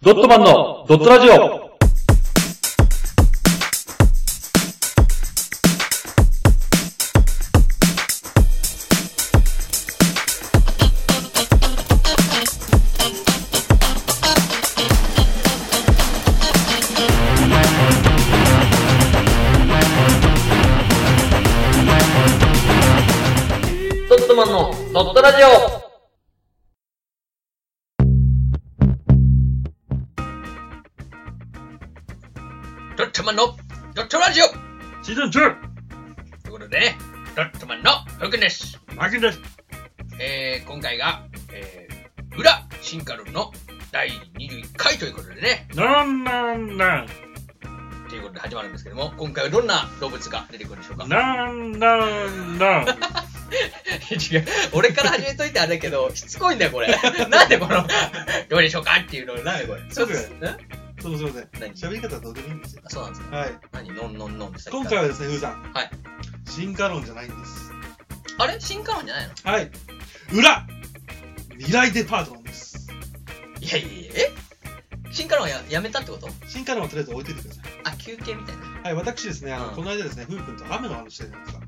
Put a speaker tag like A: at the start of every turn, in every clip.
A: ドットマンのドットラジオ
B: ドットマンのドットラジオドットマンのドットラジオ
A: シーズン 2!
B: ということでね、ドットマンの福です。
A: マーキンです
B: えー、今回が、えー、裏進化論の第21回ということでね、
A: なんなんなん
B: ということで始まるんですけども、今回はどんな動物が出てくるんでしょうか
A: なんなんなん
B: 違う、 俺から始めといてあれだけど、しつこいんだよ これ。なんでこの、どうでしょうかっていうの、なんでこれ。
C: ちょっと
B: ん
C: そうそうね。
B: 何
C: 喋り方はどうでもいいんですよ。
B: あそうなんですか
C: はい。
B: 何のんのんのんってさっきから
C: 今回はですね、ふうさん。
B: はい。
C: 進化論じゃないんです。
B: あれ新刊じゃないの
C: はい。裏未来デパートなんです。
B: いやいやいや、え新刊はややめたってこと
C: 進化論はとりあえず置いててください。
B: あ、休憩みたいな。
C: はい、私ですね、あの、
B: うん
C: この間ですね、ふうくんと雨の話してたじゃないですか。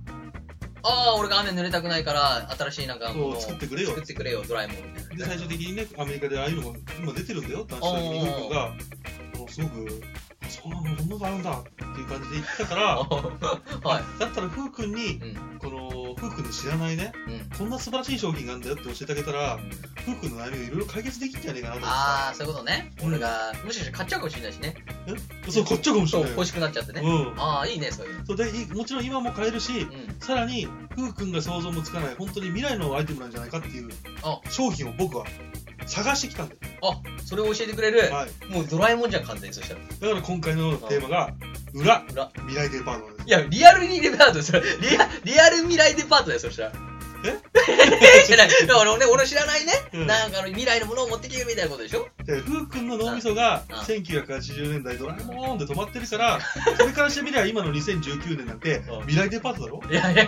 B: ああ、俺が雨濡れたくないから、新しいなんかものを
C: そう作ってくれよ
B: 作ってくれよ、ドラえもんみたいな。
C: で、最終的にね、アメリカでああいうのが今出てるんだよって話した時に、ふうくんが、あのすごく、あそうなの、そんなのあるんだっていう感じで言ったから、
B: は
C: だったらふうくんに
B: い。、うん。
C: この、ふうくんの知らないね、
B: うん。
C: こんな素晴らしい商品があるんだよって教えてあげたら、ふうくんの悩みをいろいろ解決できんじゃねえかなと思って。
B: ああ、そういうことね。
C: うん
B: 俺が、もしかして買っちゃうかもしれないしね。
C: そう、こっちゃかもし
B: そ
C: れ
B: う、
C: ない。
B: 欲しくなっちゃってね。
C: うん。
B: ああ、いいね、そういうの。
C: そうで、いもちろん今も買えるし、
B: うん。
C: さらに、ふうくんが想像もつかない、本当に未来のアイテムなんじゃないかっていう
B: あ
C: 商品を僕は探してきたんだよ。
B: あ、それを教えてくれる、
C: はい。
B: もうドラえもんじゃん、完全に。そしたら。
C: だから今回のテーマが、裏、
B: 裏
C: 未来デパートなんです。
B: いや、リアルにデパートそれリア、リアル未来デパートだよ、そしたら。
C: え
B: じゃない。だから俺、俺知らないね。
C: うん
B: なんかあの未来のものを持ってきてみたいなことでしょ
C: で、ふうくんの脳みそが
B: うん
C: 1980年代ドラえもんで止まってる から、それからしてみれば今の2019年なんて
B: うん
C: 未来デパートだろ
B: いやいや、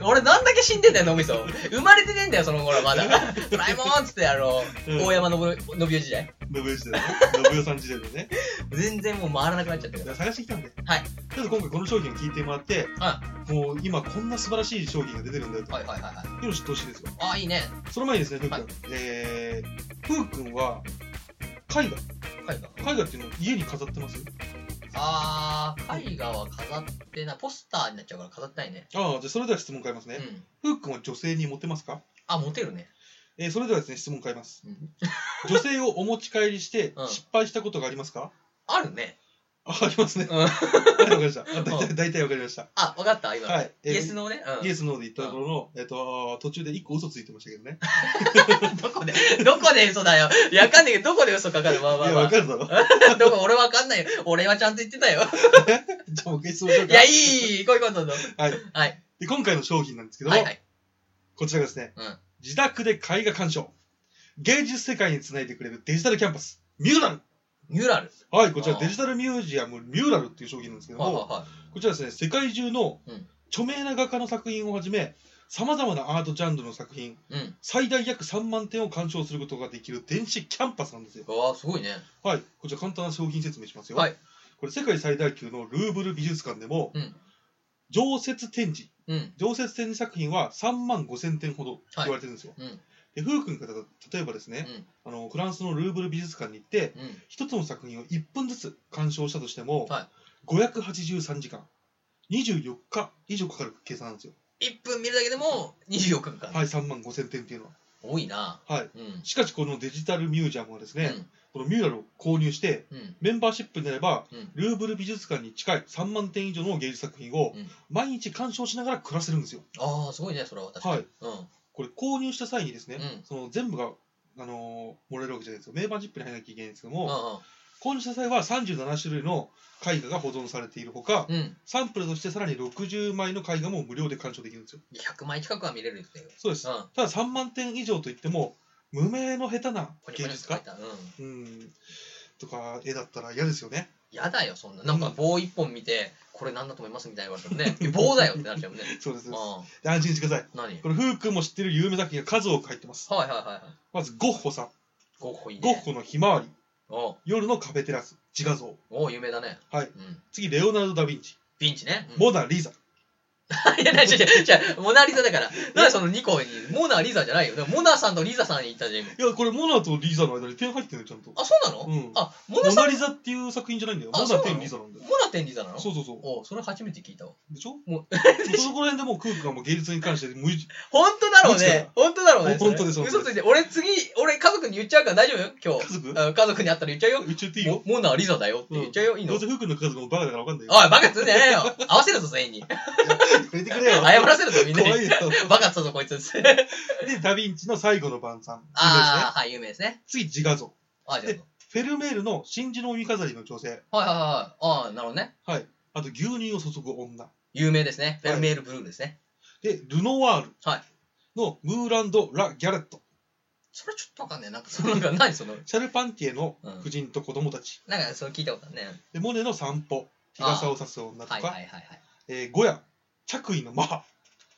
B: 俺なんだけ死んでんだよ、脳みそ。生まれてねえんだよ、その頃まだ。ドラえもんっつって、あの、
C: うん
B: 大山信信代時代。
C: 信代時代のね。信代さん時代のね。
B: 全然もう回らなくなっちゃったけ
C: だか
B: ど。
C: ら探してきたんで。
B: はい。
C: ちょっと今回この商品を聞いてもらって、
B: は
C: もう今こんな素晴らしい商品が出てるんだよと。
B: はいはいはいはい。
C: いうのを知ってほしいですよ。
B: ああ、いいね。
C: その前にですね、ふうく
B: は
C: ん。
B: い
C: えー、ふうくんは、絵画。
B: 絵画。
C: 絵画っていうのを家に飾ってます
B: あー、絵画は飾ってな、ポスターになっちゃうから飾ってないね。
C: ああ、じゃあそれでは質問変えます
B: う
C: ね。
B: ん。
C: ふうくんは女性にモテますか
B: あ、モテるね。
C: えー、それではですね、質問変えます。
B: うん
C: 女性をお持ち帰りして
B: うん
C: 失敗したことがありますか、
B: あるね。
C: あ、ありますね。
B: うん
C: はい、わかりました。あ大
B: う
C: 体、大体わかりました。
B: あ、わかった、今の。
C: はい
B: イエスのね。うん
C: イエスノーで言ったところの、えっと、途中で一個嘘ついてましたけどね。
B: どこで、どこで嘘だよ。いや、わかんないけど、どこで嘘かかる。まあま
C: い
B: あ
C: や、
B: ま
C: わ
B: あ
C: か。るだろ。じゃ
B: どこ、俺わかんないよ。俺はちゃんと言ってたよ。
C: あもう一回質問しよう
B: い
C: か。
B: や、いい、こういうことだぞ。
C: はい。
B: はい。
C: で、今回の商品なんですけども、
B: はいはい。
C: こちらがですね、
B: うん
C: 自宅で絵画鑑賞芸術世界につないでくれるデジタルキャンパスミューラル
B: ミューラル。
C: はいこちら
B: あー
C: デジタルミュージアムミューラルっていう商品なんですけど
B: はい
C: も
B: は
C: こちらですね世界中の
B: うん
C: 著名な画家の作品をはじめさまざまなアートジャンルの作品
B: いはい。うん。
C: 最大約3万点を鑑賞することができる電子キャンパスなんですよ
B: わあ、すごいね。
C: はいこちら簡単な商品説明しますよ、
B: はい
C: これ世界最大級のルーブル美術館でも、
B: うん
C: 常設展示
B: うん。
C: 常設展示作品は3万5000点ほど言われてるんですよ、
B: うん。
C: で、ふうくんが例えばですね、あのフランスのルーブル美術館に行って、
B: うん。うん。
C: 一つの作品を1分ずつ鑑賞したとしても、
B: は
C: 583時間、24日以上かかる計算なんですよ。
B: 1分見るだけでも24分間。
C: はい、3万5000点っていうのは。
B: 多いな。
C: はい。
B: うん。
C: しかし、このデジタルミュージアムはですね、このミューラルを購入して、
B: うん。うん。
C: メンバーシップになれば、
B: うん。
C: ルーブル美術館に近い3万点以上の芸術作品を
B: うん
C: 毎日鑑賞しながら暮らせるんですよ。
B: ああ、すごいね、それは確かに。
C: はい。
B: うん。
C: これ購入した際にですね、
B: うん
C: その全部が、あのーもらえるわけじゃないですよ。メンバーシップに入らなきゃいけないんですけども、
B: う
C: 購入した際は37種類の絵画が保存されているほか、
B: んうん。うん。
C: サンプルとしてさらに60枚の絵画も無料で鑑賞できるんですよ。
B: 100枚近くは見れるっていう。
C: そうです。
B: うん。
C: ただ3万点以上といっても、無名の下手な
B: これ
C: 芸術家
B: うん。
C: うん。とか、絵だったら嫌ですよね。
B: やだよ、そんな。なんか棒一本見て、これなんだと思いますみたいな言われても ね。棒だよってなっちゃうもんね。
C: そうです。そう
B: う
C: です安心してください。
B: ん。何はい
C: これ、ふうくんも知ってる有名作品が数多く入ってます。
B: はいはいはい。
C: まず、ゴッホさん。
B: ゴッホいいね。
C: ゴッホのひまわり。
B: おう
C: 夜のカフェテラス、自画像。
B: おう有名だね。
C: は
B: う
C: い
B: ん。
C: 次、レオナルド・ダ・ヴィンチ、
B: ヴィンチね。うん
C: モナ・リザ。
B: いや、違う違う違う、モナリザだから。なんでその2個に、モナリザじゃないよ。だからモナさんとリザさんに言ったじゃん、今。
C: いや、これ、モナとリザの間に点入ってるよ、ちゃんと。
B: あ、そうなの、
C: うん
B: あ、モナ
C: モ
B: さん、
C: ナ・リザっていう作品じゃないんだよ。
B: あ
C: モ
B: そう
C: ナ・
B: なの
C: 点リザなんだよ。
B: モナ天リザなの
C: そうそうそ
B: おうそれ初めて聞いたわ。
C: う。でしょ
B: も
C: う、そこら辺でもう空気がもう芸術に関して無意
B: 本当だろう
C: どっち
B: ね。本当だろうね。
C: ほん本当です
B: それ
C: 本
B: 嘘つ
C: 当です
B: いて。俺次、俺家族に言っちゃうから大丈夫よ、今
C: 家族
B: 日。うん家族に会ったら言っちゃうよ。
C: 宇宙っていいよ。
B: モモナリザだよって言っちゃうよ。いいの
C: ど
B: お
C: うせ
B: い、
C: フックの数もバカだからわかんないよ。
B: バカつんじゃないよ。合わせるぞ、全員に。
C: やめてくれよ。
B: 謝らせるぞ、みんな
C: 怖
B: に。
C: いよ。
B: バカつったぞ、こ いつ。
C: で、ダ・ヴィンチの最後の晩餐。
B: ああ、はい、有名ですね。
C: 次、自画像。
B: あじゃ
C: でフェルメールの真珠の海飾りの女性。
B: あ。はいはいはい。ああ、なるほどね。
C: はい。あと、牛乳を注ぐ女。
B: 有名ですね。フ
C: は
B: ェ
C: い
B: ルメールブルーですね。
C: で、ルノワール
B: はい。
C: のムーランド・ラ・ギャレット。
B: それちょっとわかんねえ。なんか、そのなんか、何その、
C: シャルパンティエの夫人と子供たち。
B: なんか、それ聞いたことあるね。
C: で、モネの散歩。日傘を差す女と
B: はいはい
C: か。
B: はいはい。
C: えーゴヤ。着衣のマハ。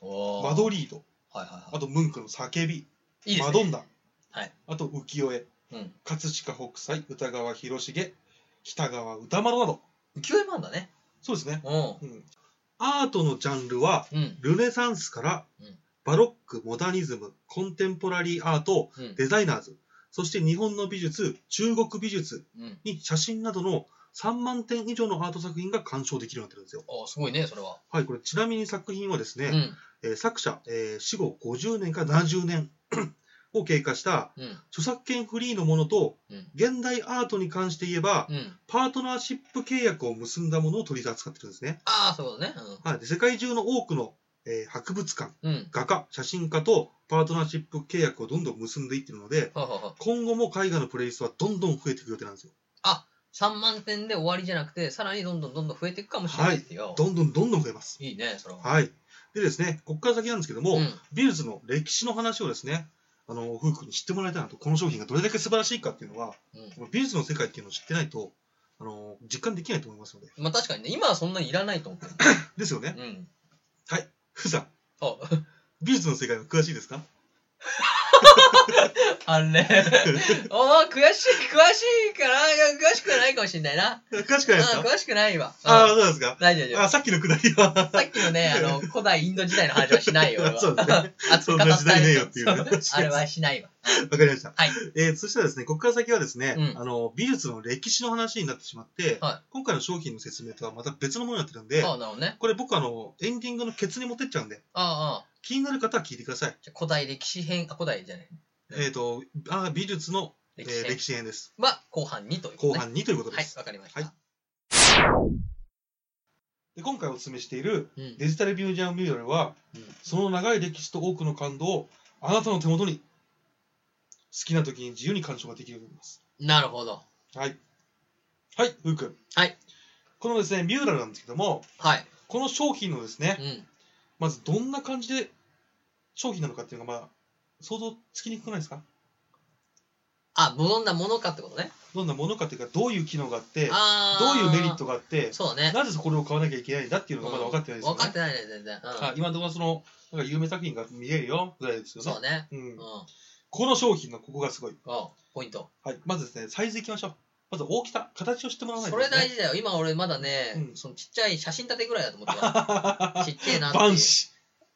B: おー
C: マドリード。
B: はいはい
C: あ
B: は
C: と、ムンクの叫び。
B: い。いいです
C: マ
B: ね。
C: ドンナ。
B: はい
C: あと、浮世絵。
B: うん
C: 葛飾北斎、歌川広重、北川歌丸など。
B: 浮世絵漫画ね。
C: そうですね。
B: うん。
C: うん。アートのジャンルは、
B: うん。
C: ルネサンスから
B: うん
C: バロック、モダニズム、コンテンポラリーアート、
B: うん。
C: デザイナーズ、そして日本の美術、中国美術
B: うん。
C: に写真などの3万点以上のアート作品が鑑賞できるようになってるんですよ。
B: ああ、すごいね、それは。
C: はい、これちなみに作品はです
B: う
C: ね、
B: ん。
C: えー作者、えー死後50年から70年 を経過した
B: うん。
C: 著作権フリーのものと
B: うん。
C: 現代アートに関して言えば、
B: うん。
C: パートナーシップ契約を結んだものを取り扱ってるんですね。
B: ああ、そういうことね。
C: はい、で世界中の多くの、えー博物館、
B: うん。うん。
C: 画家、写真家とパートナーシップ契約をどんどん結んでいってるので、
B: ははは。
C: 今後も絵画のプレイリストはどんどん増えていく予定なんですよ。
B: 3万点で終わりじゃなくて、さらにどんどんどんどん増えていくかもしれないってよ。
C: どんどんどんどん増えます。
B: いいね、それは。
C: はい。でですね、ここから先なんですけども、
B: うん。
C: 美術の歴史の話をですね、あの、夫婦に知ってもらいたいなと、この商品がどれだけ素晴らしいかっていうのは、
B: うん
C: 美術の世界っていうのを知ってないと、あの、実感できないと思いますので。
B: まあ確かにね、今はそんなにいらないと思うけど。
C: ですよね。
B: うん。
C: ふさん、
B: あ、
C: 美術の世界は詳しいですか
B: あれ。おー、悔しい、詳しいから、詳しくはないかもしれないな。
C: 詳しくないです
B: あ
C: か
B: ー詳しくないわ。
C: ああ、
B: うん
C: そうなんですか
B: 大丈夫大丈夫。
C: あ、さっきのくだりは。
B: さっきのね、あの、古代インド時代の話はしないよ、俺は。
C: そうで すね。
B: 熱
C: そ
B: く
C: ん
B: 語って
C: な
B: あ
C: 時代ね
B: げ
C: え
B: る
C: よっていうね。
B: あれはしないわ。
C: わかりました。
B: はい
C: えーそしたらですね、ここから先はですね、
B: うん
C: あの、美術の歴史の話になってしまって、
B: は
C: 今回の商品の説明とはまた別のものになってるんで、
B: ああ、なるほどね。
C: これ僕あの、エンディングのケツに持ってっちゃうんで、
B: ああ、ああ。
C: 気になる方は聞いてください。
B: じゃあ古代歴史編、あ、古代じゃない。うん
C: えっ、と、あー美術の、えー
B: 歴史編
C: 歴史編です。
B: は後半にということ
C: 後
B: ね。
C: 半にということで
B: はい、
C: す。
B: わかりました。
C: はいで今回お勧めしている
B: うん
C: デジタルミュージアムミューラルは、
B: うん
C: その長い歴史と多くの感動をあなたの手元に、好きな時に自由に鑑賞ができるようになります。
B: なるほど。
C: はい。はい、ふうくん。
B: はい。
C: このですね、ミューラルなんですけども、
B: はい。
C: この商品のですね
B: う、ん。
C: まずどんな感じで商品なのかっていうのが、まあ、想像つきにくくないですか
B: あ、どんなものかってことね。
C: どんなものかっていうか、どういう機能があって、
B: あ
C: どう
B: あ。
C: いうメリットがあって、
B: そうだね。
C: なぜこれを買わなきゃいけないんだっていうのがまだ分かってないですよ
B: 分
C: ね。
B: かってないね、全然。うん
C: はい今のところその、なんか有名作品が見えるよぐらいですよね。
B: そうね。
C: う
B: うんん。。
C: この商品のここがすごい。
B: あポイント。
C: はい。まずですね、サイズいきましょう。まず大きさ、形を知ってもらわない
B: そ
C: とです
B: れ
C: ね、
B: 大事だよ。今俺まだね
C: う、ん
B: そのちっちゃい写真立てぐらいだと思ってた。 ちっちゃいなっていう。
C: バンシ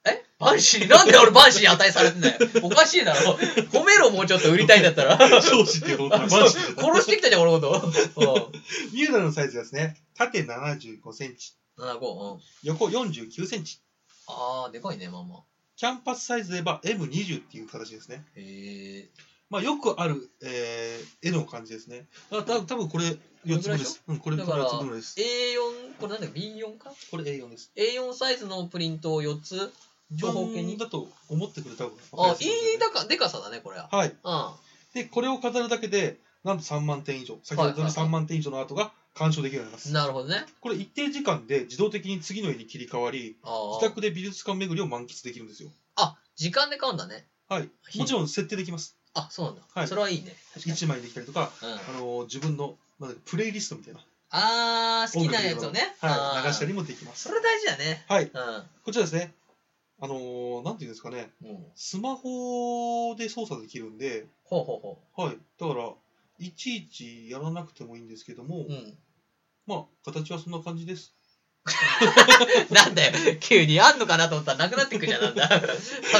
B: えバンシーなんで俺バンシーに値されてんだよ。おかしいだろ。褒めろ、もうちょっと売りたいんだったら。
C: ー。少子っていうのをバンシーって言うんだ
B: 殺してきたじゃん、俺のこと。
C: ミューラルのサイズがですね、縦75センチ、
B: うん。7、5。うん。
C: 横49センチ。
B: あー、でかいね、まあまあ。
C: キャンパスサイズで言えば M20 っていう形ですね。
B: へえ。
C: まあ、よくある、えー、絵の感じですね。だから多分多分これ4つ分です。うん、これ
B: だ
C: こ
B: か
C: れ
B: ら
C: 4つ分ぐらいです。
B: A4、これなんだっけ ?B4 か
C: これ A4 です。
B: ?A4 サイズのプリントを4つ。長方形に
C: だと思ってくれた方が
B: あ
C: わか、りやす
B: いい
C: と
B: だか、でかさだね、これは。
C: 思うんで。はい。
B: うん。
C: で、これを飾るだけで、なんと3万点以上、先ほどの3万点以上のアートが鑑賞できるようになります。
B: なるほどね。
C: これ一定時間で自動的に次の絵に切り替わり、
B: あー
C: 自宅で美術館巡りを満喫できるんですよ。
B: あ、時間で買うんだね。
C: はい。もちろん設定できます。
B: あ、そうなんだ。
C: はい
B: それはいいね。確かに。
C: 1枚できたりとか、
B: うん、
C: あの自分のなんだっけプレイリストみたいな、
B: あー、好きなやつをね。あ
C: は
B: ー
C: い、流したりもできます
B: そ。れ大事だね。
C: はい、
B: う
C: こちらですね、あのーなんていうんですかね、
B: ん。うん、
C: スマホで操作できるんで、
B: ほうほうほ
C: はい、だから、いちいちやらなくてもいいんですけども、
B: うん。
C: まあ、形はそんな感じです。
B: なんだよ、急にあんのかなと思ったらなくなってくじゃん、なんだ。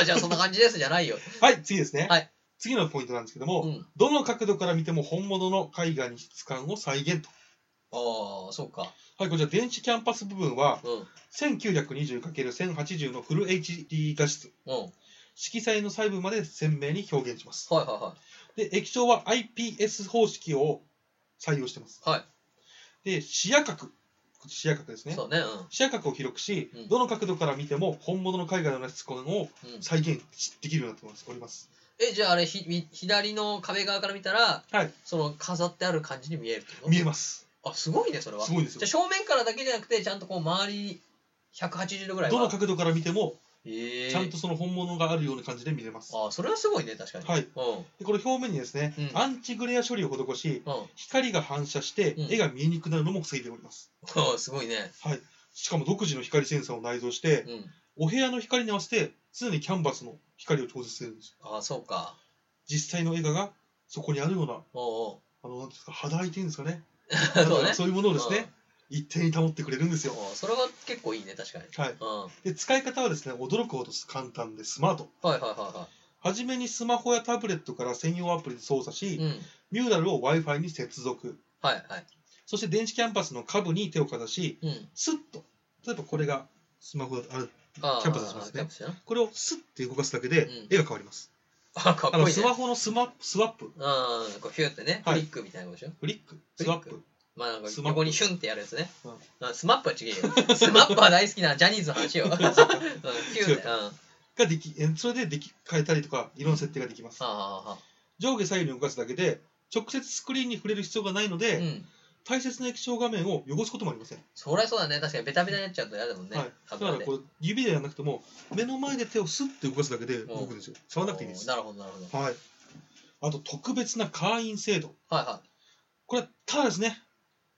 B: あじゃあそんな感じです、じゃないよ。
C: はい、次ですね。
B: はい
C: 次のポイントなんですけども、
B: うん。
C: どの角度から見ても本物の絵画に質感を再現と。
B: ああ、そうか。
C: はい、こちら電子キャンパス部分は
B: うん。
C: 1920×1080 のフル HD 画質。
B: うん。はい
C: 色彩の細部まで鮮明に表現します。
B: はいは
C: で、液晶は IPS 方式を採用してます。
B: い。は
C: で、視野角。視野角です
B: い。
C: ね。
B: そうね、うん。
C: 視野角を広くし、
B: うん
C: どの角度から見ても本物の絵画のような質感を
B: うん、
C: 再現できるようになってますおります。
B: え、じゃああれひ、み左の壁側から見たら、
C: はい
B: その飾ってある感じに見えるってこと
C: 見えます。
B: あ、すごいね、それは。
C: す
B: じゃ
C: ごいんですよ
B: あ。正面からだけじゃなくて、ちゃんとこう周り180度ぐらい
C: ど
B: は
C: の角度から見ても、
B: ええ
C: ちゃんとその本物があるような感じで見れます。
B: あ、それはすごいね、確かに。
C: は
B: う
C: い。
B: ん。
C: でこれ表面にですね、
B: うん
C: アンチグレア処理を施し、
B: うん
C: 光が反射して
B: うん
C: 絵が見えにくくなるのも防いでおります。
B: あ、 すごいね。
C: はい。しかも独自の光センサーを内蔵して、
B: うん。
C: お部屋の光に合わせて常にキャンバスの光を調節するんですよ。
B: あ、そうか。
C: 実際の絵画がそこにあるような、
B: おうおう。
C: あの、なんていうんですか、肌合いっていうんですかね。
B: そうね。
C: そういうものをですね、一定に保ってくれるんですよ。
B: おうそれは結構いいね、確かに。
C: はい。
B: うん。はい
C: で、使い方はですね、驚くほど簡単でスマート。
B: はいは
C: はじめにスマホやタブレットから専用アプリで操作
B: いはい。
C: し、
B: うん。
C: ミューラルを Wi-Fi に接続。
B: はいはい。
C: そして電子キャンパスの下部に手をかざし、
B: うん。
C: スッと。例えばこれがスマホだとある。
B: あー
C: キャンパスしますね
B: キャンパスやな
C: これをスッて動かすだけで
B: うん
C: 絵が変わります。
B: あ、かっこ
C: あ
B: いい
C: の、
B: ね。
C: スマホのスマスワップ、
B: うん、こうヒュンってね、ク
C: はい
B: リックみたいなことでしょ。
C: フリック、
B: フリック
C: スワップ。
B: まあなんか
C: スマップ
B: 横にヒュンってやるやつね。
C: う
B: うん、スマップは違えよ。スマップは大好きなジャニーズの 話よ。うん、ヒュン
C: 違う
B: って、うん。は
C: ができ、えそれででき変えたりとか、いろんな設定ができます
B: あ。はあはあ
C: 上下左右に動かすだけで、直接スクリーンに触れる必要がないの
B: う
C: で、
B: ん。
C: 大切な液晶画面を汚すこともありません。
B: そりゃそうだね。確かにベタベタになっちゃうと嫌だもんね。
C: はい、だか
B: 油
C: ら
B: で
C: こう指でやらなくても、目の前で手をスッて動かすだけで動くんですよ。触らなくていいです。
B: なるほど、なるほど。
C: はい。あと、特別な会員制度。
B: はいはい。
C: これ、ただですね、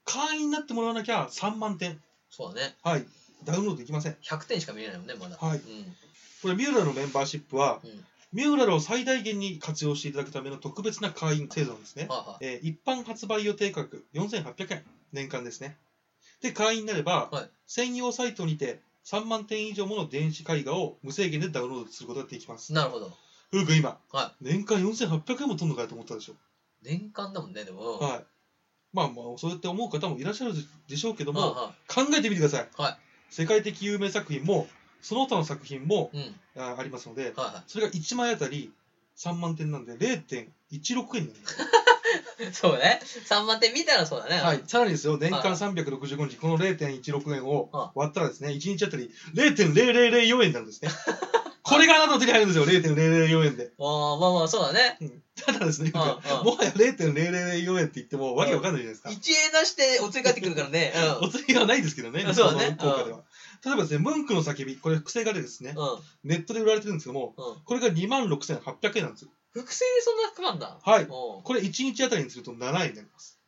C: 会員になってもらわなきゃ3万点。
B: そうだね。
C: はい。ダウンロードできません。
B: 100点しか見れないもんね、まだ。
C: はい
B: うん。
C: これ、ミューラルのメンバーシップは、
B: うん。
C: ミューラルを最大限に活用していただくための特別な会員制度なんですね。
B: はいはい。
C: えー一般発売予定価格4800円。年間ですね。で、会員になれば、
B: はい
C: 専用サイトにて3万点以上もの電子絵画を無制限でダウンロードすることができます。
B: なるほど。
C: ふうくん今、
B: は
C: 年間4800円も取るのかよと思ったでしょ。
B: 年間だもんね、でも。い。
C: はい。まあまあ、そうやって思う方もいらっしゃるでしょうけども、
B: は
C: 考えてみてください。
B: いは
C: 世界的有名作品も、その他の作品も
B: い。うん。
C: あありますので、
B: は
C: それが1枚あたり3万点なんで0.16円になります。
B: いはい。そうね。3万点見たらそうだね。
C: はい。。さらにですよ、年
B: はい
C: 間365日、この0.16円を
B: は
C: 割ったらですね、1日あたり0.0004円になるんです ね。これがあなたの手に入るんですよ、0.004円で。
B: あーまあまあ、そうだね。
C: ただですね、
B: うんうん
C: もはや0.004円って言ってもわけわかんないじゃないですか。
B: 一円出してお釣り返ってくるからね。う
C: お釣りはないですけどね、
B: あそうだね
C: の効果では。例えばですね、ムンクの叫び、これ、複製がでですね、
B: ん。うん。
C: ネットで売られてるんですけども、
B: うん。
C: これが2万6800円なんですよ。
B: 複製でそんな含まんだ。
C: はい
B: おう
C: これ1日あたりにすると7円になります。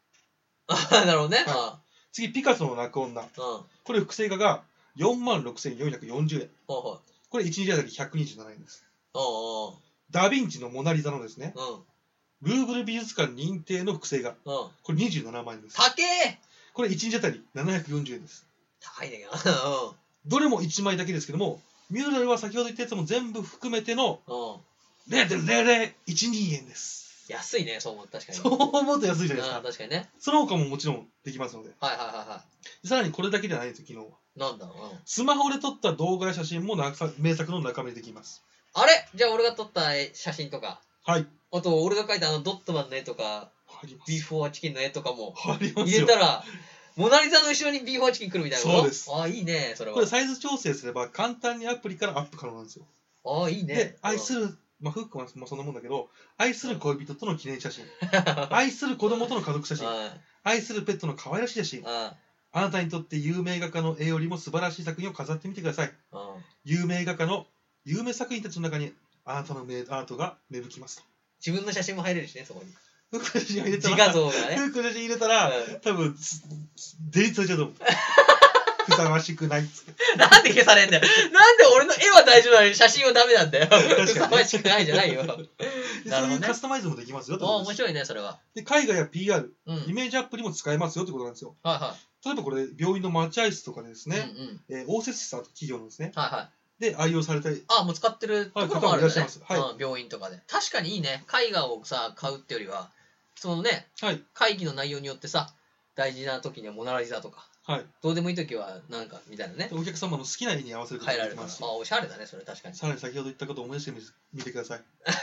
B: あなるほどね。
C: は次、ピカソの泣く女。
B: うん。うん。
C: これ、複製画が4万6440円。
B: ほうほう。
C: これ1日あたり127円です。
B: おう
C: ダヴィンチのモナリザのですね、
B: おう。
C: ルーブル美術館認定の複製画。
B: うん。うん。
C: これ27万円です。
B: 高え
C: これ1日あたり740円です。
B: 高いね。うん。
C: どれも1枚だけですけども、ミューラルは先ほど言ったやつも全部含めての
B: うん。
C: 0.0012円です。
B: 安いね、そう思う。確かに。
C: そう思うと安いじゃないです
B: あ
C: か
B: ー。確かにね。
C: その他ももちろんできますので。
B: はいはいはいは
C: さらにこれだけじゃないんですよ、昨日は。
B: い。なんだろう。うん
C: スマホで撮った動画や写真もなさ名作の中身でできます。
B: あれじゃあ俺が撮った写真とか、
C: はい。
B: あと俺が描いたあのドットマンの絵とか、
C: 入ります。
B: ビーフォアチキンの絵とかも
C: 入ります
B: 入
C: よ
B: れ。たら、モナリザの後ろにビーフォアチキン来るみたいなこと
C: そうです
B: ああ、いいね、それ
C: こ
B: は
C: れ。サイズ調整すれば簡単にアプリからアップ可能なんですよ。
B: ああ、いいね
C: で。、愛す
B: る。
C: る、まあ、フックはもうそんなもんだけど、愛する恋人との記念 写真、愛する子供との家族写
B: うん。
C: 真、愛するペットの可愛らしい写真、あなたにとって有名画家の絵よりも素晴らしい作品を飾ってみてください。
B: うん。うん
C: 有名画家の有名作品たちの中にあなたの名アートが芽吹きます
B: 自分の写真も入れるしね、そこに。
C: と。福写真入れ
B: 自
C: た
B: 画
C: ら、
B: 像がね。
C: 福写真入れたら、
B: うん
C: 多分、つデリットされちゃう と思う。ふさわしくないっつって。
B: なんで消されんだよ。なんで俺の絵は大丈夫なのに写真はダメなんだよ。
C: かに
B: ふさわしくないじゃないよ。
C: で
B: なるほ
C: そう
B: どね
C: いうカスタマイズもできますよって
B: あ
C: こと
B: 面
C: です。
B: 白いね、それは。
C: で、海外や PR、
B: うん。はい
C: イメージアップにも使えますよってことなんですよ。
B: は
C: 例えばこれ、病院の待合室とかでです
B: い。
C: ね、
B: うんうん。
C: えー応接室あと企業のですね、
B: はいはい。
C: で、愛用されたり、
B: あ、もう使ってるところもあるんだね
C: はい方もいらっしゃいますは
B: うん病院とかで。確かにいいね。絵画をさ、買うってよりは、そのね、
C: はい、
B: 会議の内容によってさ、大事な時にはモナラリザとか、
C: はい。
B: どうでもいい時はなんかみたいなね
C: で、お客様の好きな絵に合わせること
B: 変え
C: が
B: ら
C: で
B: れ
C: き
B: るから。
C: ますし
B: あ、、おしゃれだね、それ確かに。
C: さらに先ほど言ったことを思い出してみ見てください。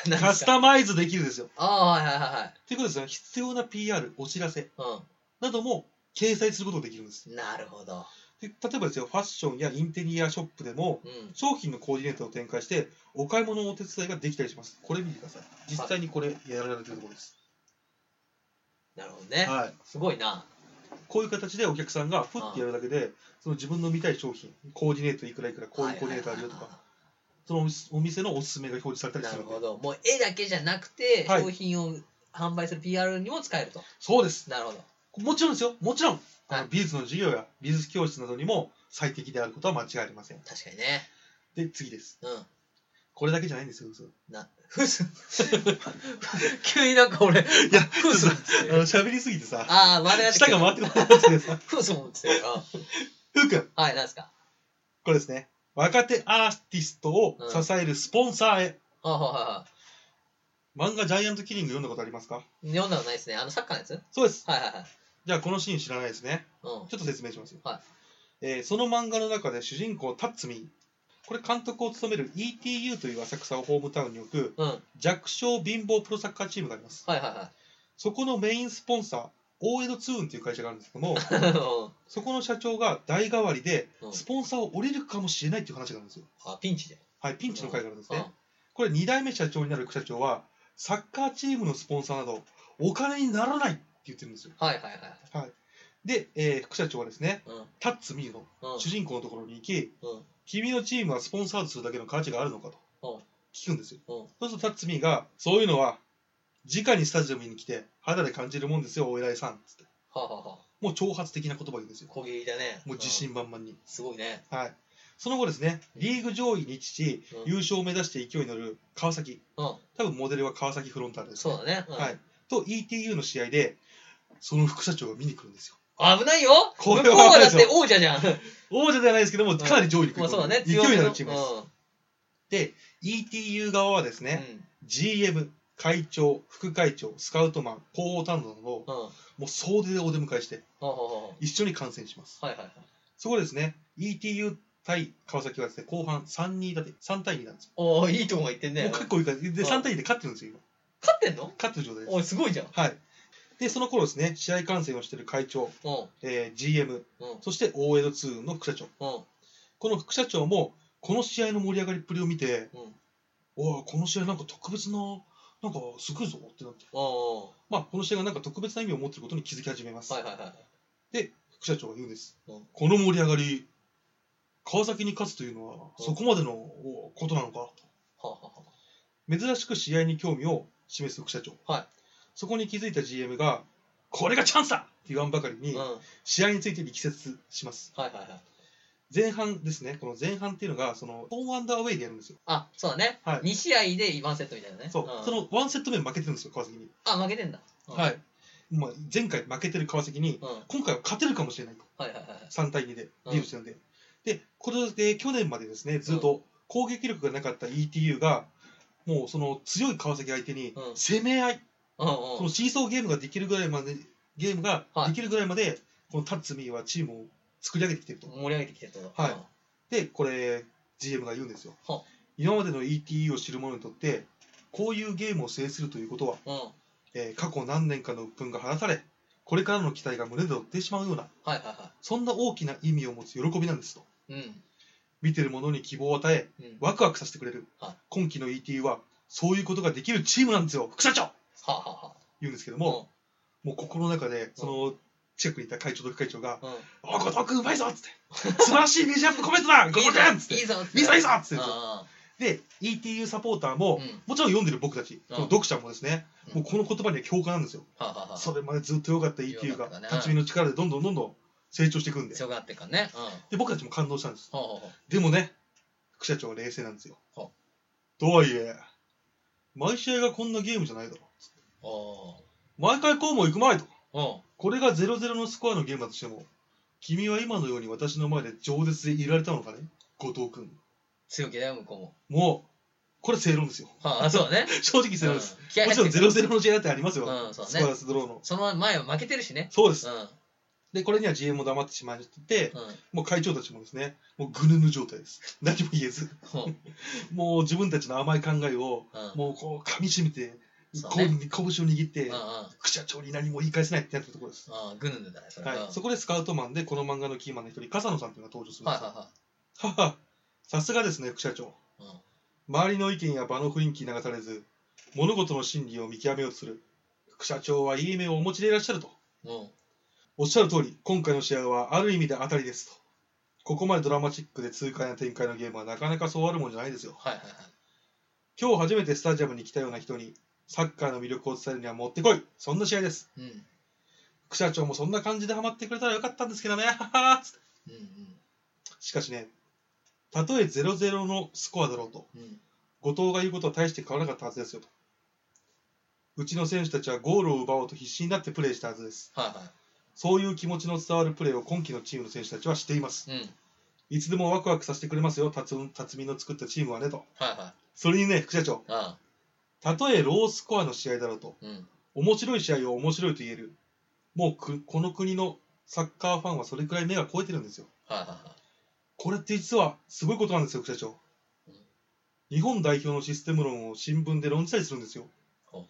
B: 何で
C: カ
B: す
C: ス
B: か
C: タマイズできるですよ。
B: ああ、はいはいは
C: ということですね、必要な PR、お知らせ
B: いはい。
C: なども掲載することができるんです。
B: うん。なるほど。
C: で例えばですよ、ファッションやインテリアショップでも、
B: うん。
C: 商品のコーディネートを展開して、お買い物のお手伝いができたりします。これ見てください。実際にこれやられてるところです。
B: なるほどね。
C: はい。
B: すごいな。
C: こういう形でお客さんがふってやるだけで、その自分の見たい商品、コーディネートいくらいくら、こういうコーディネートあるよと
B: はいはいはい
C: か、
B: はい
C: そのお店のおすすめが表示されたり
B: な
C: す
B: る
C: るんで
B: ほど。もう絵だけじゃなくて、
C: はい
B: 商品を販売する PR にも使えると。
C: そうです。
B: なるほど。
C: もちろんですよ。もちろん。あ
B: は
C: の
B: い
C: 美術の授業や美術教室などにも最適であることは間違いありません。
B: 確かにね。
C: で、次です。
B: うん。
C: これだけじゃないんですよ、嘘。
B: な、フス。 急になんか俺、いや、フス。
C: あの、喋りすぎてさ、
B: ああ、まだやって
C: 舌が回ってこなくなってさ、
B: フスもってたよ。
C: ふうくん、
B: うんはい、なんですか。
C: これですね。若手アーティストを支えるスポンサーへ。
B: あはいは
C: 漫画ジャイアントキリング読んだことありますか
B: いはい。読んだことないですね。あのサッカーのやつはい
C: そうです。
B: はいはい。
C: じゃあ、このシーン知らないですね。
B: うん。
C: ちょっと説明しますよ。
B: はい
C: えーその漫画の中で主人公、タッツミー。これ監督を務める ETU という浅草をホームタウンに置く
B: うん。はい
C: 弱小貧乏プロサッカーチームがあります。
B: はいは
C: そこのメインスポンサー、大江戸通運という会社があるんですけ ども、
B: い。うん
C: そこの社長が代替わりで
B: う、ん
C: スポンサーを降りるかもしれないっていう話があるんですよ。
B: あ、ピンチで。
C: はい、ピンチの会があるんです
B: うん。
C: ね。これ、2代目社長になる社長は、サッカーチームのスポンサーなど、お金にならないって言ってるんですよ。
B: はいはいはい。
C: で、えー副社長はですね、
B: うん。
C: タッツミーの
B: うん。
C: 主人公のところに行き、
B: うん。
C: 君のチームはスポンサードするだけの価値があるのか
B: うん
C: と聞くんですよ。
B: うん。
C: そうするとタッツミーが、そういうのは、直にスタジアムに来て、肌で感じるもんですよ、お偉いさん。つって
B: はあはあはあ。
C: もう挑発的な言葉言うんですよ。
B: 小切りだね。
C: もう自
B: ん。
C: 信満々に。
B: すごいね。
C: はい。その後ですね、リーグ上位に位置し、
B: うん
C: 優勝を目指して勢いに乗る川崎。
B: うん。
C: 多分モデルは川崎フロンターレです、
B: そうだね。うん
C: はい。と ETU の試合で、その副社長が見に来るんですよ。
B: 危ないよ
C: これは
B: 向こうがだっ
C: 危な
B: て
C: いで
B: 王者 じゃん。
C: 王者ではないですけども、かなり上位に食い
B: まあそう
C: 込
B: だ
C: ん
B: ね。
C: で
B: 強
C: 勢い
B: め
C: の
B: の
C: あるチームです。ETU 側はですね、GM、会長、副会長、スカウトマン、広報担当など、も
B: うん。うん。は
C: う総出でお出迎えして、
B: あはあは
C: 一緒に観戦します。
B: あはいはいはい。
C: そこでですね、ETU 対川崎はですね、後半3 2だって、3対2なんですよ。
B: おおいいとこがいってんね。
C: もう結構いい感じで、
B: うん
C: 3対2で勝ってるんですよ、今。
B: 勝ってんの
C: 勝ってる状態です。
B: おい、すごいじゃん。
C: はい。で、その頃ですね、試合観戦をしている会長、
B: うん。
C: えー GM、
B: うん。
C: そして大江戸通運の副社長。
B: うん。
C: この副社長も、この試合の盛り上がりっぷりを見て、
B: うん。
C: おお、この試合なんか特別な、なんかすごいぞってなって、
B: お
C: まあ、この試合がなんか特別な意味を持っていることに気づき始めます。
B: ーはいはいはい。
C: 副社長が言うんです、
B: うん
C: この盛り上がり川崎に勝つというのは
B: うん
C: そこまでのおことなのか
B: はあはあはあ。
C: と珍しく試合に興味を示す副社長、
B: はい
C: そこに気づいた GM がこれがチャンスだって言わんばかり
B: うん。
C: に
B: はい
C: 試合について力説します
B: はいはい。
C: 前半ですねこの前半っていうのがそのホームアンダーウェイでやるんですよ
B: あ、そうだね。
C: はい
B: 2試合で1セットみたいなね。
C: そう、
B: ん
C: そ、の1セット目負けてるんですよ川崎に、
B: あ、負けてんだ。うん
C: はい。まあ、前回負けてる川崎に
B: うん。はい
C: 今回は勝てるかもしれないと
B: はいはいはい。
C: 3対2でリードしてるんで、でこれで去年までですねずっと攻撃力がなかった ETU がもうその強い川崎相手に
B: うん
C: 攻め合い、
B: うん
C: そうの
B: ん。
C: シーソーゲームができるぐらいまでゲームが
B: はい
C: できるぐらいまで、このタッツミーはチームを作り上げてきてると、
B: 盛り上げてきてると。
C: はいでこれ GM が言うんですよ、
B: は
C: 今までの ETU を知る者にとってこういうゲームを制するということは、
B: うん。うん。
C: えー過去何年かの鬱憤が晴らされこれからの期待が胸で追ってしまうような
B: はいはいは
C: そんな大きな意味を持つ喜びなんですと
B: い。うん。
C: 見てる者に希望を与え
B: うん。は
C: ワクワクさせてくれる、
B: はい
C: 今期の ET はそういうことができるチームなんですよ副社長
B: あはあはあ。
C: 言うんですけども、もう心の中でその近くにいた会長と副会長が
B: うん。うん。
C: 「お後藤君うまいぞ!」っつって「素晴らしいビジュアップコメン トだ後藤君!」っつっ
B: いい
C: て
B: ぞ
C: 「いいぞいいぞ!」っつ
B: う
C: っ
B: ん
C: てで ETU サポーターも、
B: うん。
C: もちろん読んでる僕たち、
B: うん
C: その読者もですね、
B: うん
C: もうこの言葉には共感なんですよ、
B: はあはあはあ。
C: それまでずっと良かった
B: 良
C: ETU
B: か
C: が
B: ったね
C: 立ち見の力でどんどんどんどん成長していくんで
B: 強がってっからね。うん。
C: で僕たちも感動したんです
B: ほうほうほう。
C: でもね、副社長は冷静なんですよ
B: は。
C: とはいえ、毎試合がこんなゲームじゃないだろ。
B: あ
C: 毎回こうも行くまいと。
B: あ。
C: これが0-0のスコアのゲームだとしても、君は今のように私の前で饒舌でいられたのかね後藤君。
B: 強気だよ、向こうも。
C: もう、これ正論ですよ。
B: ああ、そうだね。
C: 正直正論です。
B: うん気合
C: も
B: 入
C: ちろん
B: ってる
C: 0-0の試合だってありますよ。
B: うん、そう
C: ス
B: だ
C: コア
B: ね。
C: レスドローの。
B: その前は負けてるしね。
C: そうです。
B: うん。
C: で、これには GM も黙ってしまってて、
B: うん
C: もう会長たちもですね、もうぐぬぬ状態です。何も言えず、
B: ほう。
C: もう自分たちの甘い考えを、
B: うん。
C: もうこう噛み締めて、
B: そう
C: こ
B: ね
C: う拳を握って
B: うんう、ん。
C: 口は調に何も言い返せないってなったところです。
B: ああ、ぐぬぬだね、それ
C: はい、そこでスカウトマンでこの漫画のキーマンの一人、笠野さんというのが登場するん
B: は
C: で
B: い
C: すよ。
B: は
C: はは、さすがですね、副社長。
B: いはい。
C: 周りの意見や場の雰囲気に流されず、物事の真理を見極めようとする。副社長はいい目をお持ちでいらっしゃると。
B: うん。うん。
C: おっしゃる通り、今回の試合はある意味で当たりですと。ここまでドラマチックで痛快な展開のゲームはなかなかそうあるもんじゃないですよ。
B: はいはいはい。
C: 今日初めてスタジアムに来たような人に、サッカーの魅力を伝えるにはもってこいそんな試合です。
B: うん。うん
C: 副社長もそんな感じでハマってくれたらよかったんですけどね。はははつってしかしね、たとえ0-0のスコアだろうと、
B: うん。うん。
C: 後藤が言うことは大して変わらなかったはずですよと。うちの選手たちはゴールを奪おうと必死になってプレーしたはずです。
B: はいは
C: そういう気持ちの伝わるプレーを今季のチームの選手たちはしています。
B: い。うん。い
C: いつでもワクワクさせてくれますよ、辰辰巳の作ったチームはねと。
B: はいはい。
C: それにね、副社長、
B: あ
C: たとえロースコアの試合だろうと、
B: あ。うん。
C: 面白い試合を面白いと言える。もうくこの国のサッカーファンはそれくらい目が超えてるんですよ。
B: はいはいはい。
C: これって実はすごいことなんですよ、副社長
B: うん。
C: 日本代表のシステム論を新聞で論じたりするんですよ
B: ほう。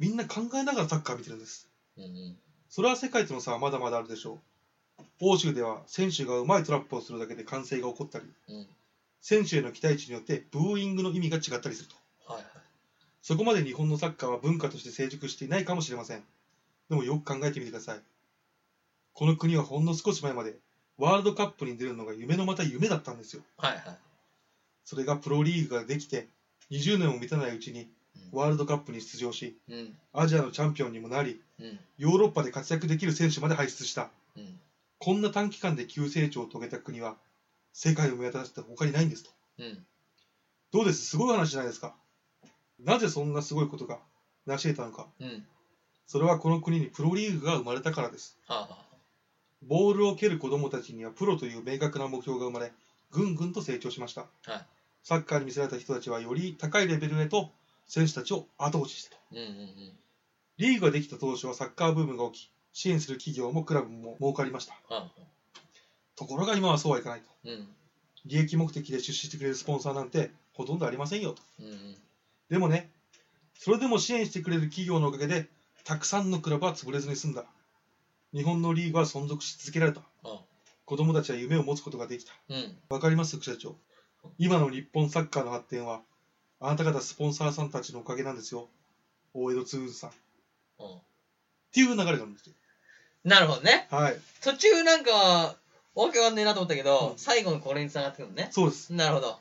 C: みんな考えながらサッカー見てるんです。
B: うんうん。
C: それは世界との差はまだまだあるでしょう。欧州では選手がうまいトラップをするだけで歓声が起こったり、
B: うん。
C: 選手への期待値によってブーイングの意味が違ったりすると。
B: はいはい。
C: そこまで日本のサッカーは文化として成熟していないかもしれません。でもよく考えてみてください。この国はほんの少し前までワールドカップに出るのが夢のまた夢だったんですよ。
B: はいはい。
C: それがプロリーグができて20年も満たないうちにワールドカップに出場し、
B: うん。
C: アジアのチャンピオンにもなり、
B: うん。
C: ヨーロッパで活躍できる選手まで輩出した。
B: うん。
C: こんな短期間で急成長を遂げた国は世界を見渡して他にないんですと。
B: うん。
C: どうですすごい話じゃないですか。なぜそんなすごいことが成し得たのか。
B: うん。
C: それはこの国にプロリーグが生まれたからです。
B: はあは
C: ボールを蹴る子供たちにはプロという明確な目標が生まれ、ぐんぐんと成長しました。
B: あ。はい。
C: サッカーに見せられた人たちはより高いレベルへと選手たちを後押ししたと。
B: うんうんうん。
C: リーグができた当初はサッカーブームが起き、支援する企業もクラブも儲かりました。
B: はあ。
C: ところが今はそうはいかないと。
B: うん。
C: 利益目的で出資してくれるスポンサーなんてほとんどありませんよと。
B: うんうん。
C: でもね、それでも支援してくれる企業のおかげで、たくさんのクラブは潰れずに済んだ。日本のリーグは存続し続けられた。
B: あ
C: 子供たちは夢を持つことができた。
B: うん。
C: わかります、副社長。今の日本サッカーの発展は、あなた方スポンサーさんたちのおかげなんですよ。大江戸通運さん。っ
B: うん。
C: ていう流れなんですよ。
B: なるほどね。
C: はい。
B: 途中なんか、わけわかんねえなと思ったけど、
C: うん
B: 最後のこれに繋がってくるのね。
C: そうです。
B: なるほど。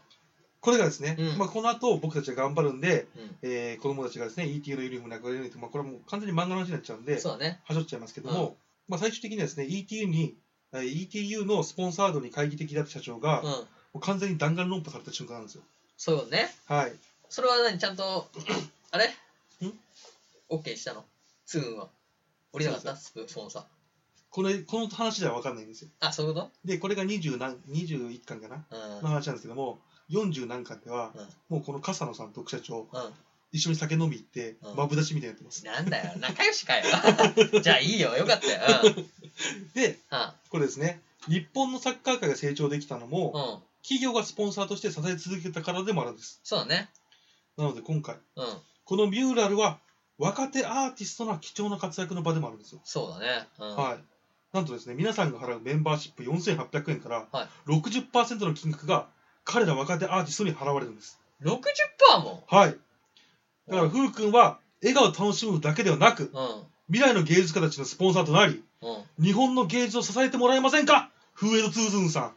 C: これがですね、
B: うん
C: まあこの後僕たちが頑張るんで、
B: うん。
C: えー、子供たちがですね、ET のユニフォームなんか入れると、まあこれはもう完全に漫画の話になっちゃうんで、
B: そうだね。
C: はしょっちゃいますけども、まあ最終的にはですね、ETU に、えー ETU のスポンサードに懐疑的だった社長が、
B: う
C: も
B: ん。
C: う完全に弾丸論破された瞬間なんですよ。
B: そういうことね。
C: はい。
B: それは何ちゃんと、 あれ
C: ん
B: ?OK したのツーンは。降りなかったスプスポンサー。
C: これ、この話では分かんないんですよ。
B: あ、そういうこ
C: で、これが20何21巻かな
B: とうん。
C: の話なんですけども、40何巻では、
B: うん
C: もうこの笠野さんと副社長、
B: うん。
C: 一緒に酒飲み行って
B: う、ん
C: まぶだしみたいになってます。
B: なんだよ、仲良し かよ。じゃあいいよ、よかったよ。うん。
C: で、
B: は
C: これですね、日本のサッカー界が成長できたのも、
B: あ、うん。
C: 企業がスポンサーとして支え続けたからでもあるんです。
B: そうだね。
C: なので今回、
B: うん。
C: このミューラルは若手アーティストの貴重な活躍の場でもあるんですよ。
B: そうだね。うん。
C: はい。なんとですね、皆さんが払うメンバーシップ4800円から
B: は
C: 60%の金額が彼ら若手アーティストに払われるんです。
B: 60%も。
C: はい。だから、ふうくんは笑顔を楽しむだけではなく、
B: う
C: 未来の芸術家たちのスポンサーとなり、
B: ん。うん。
C: 日本の芸術を支えてもらえませんかフーエドツーズンさ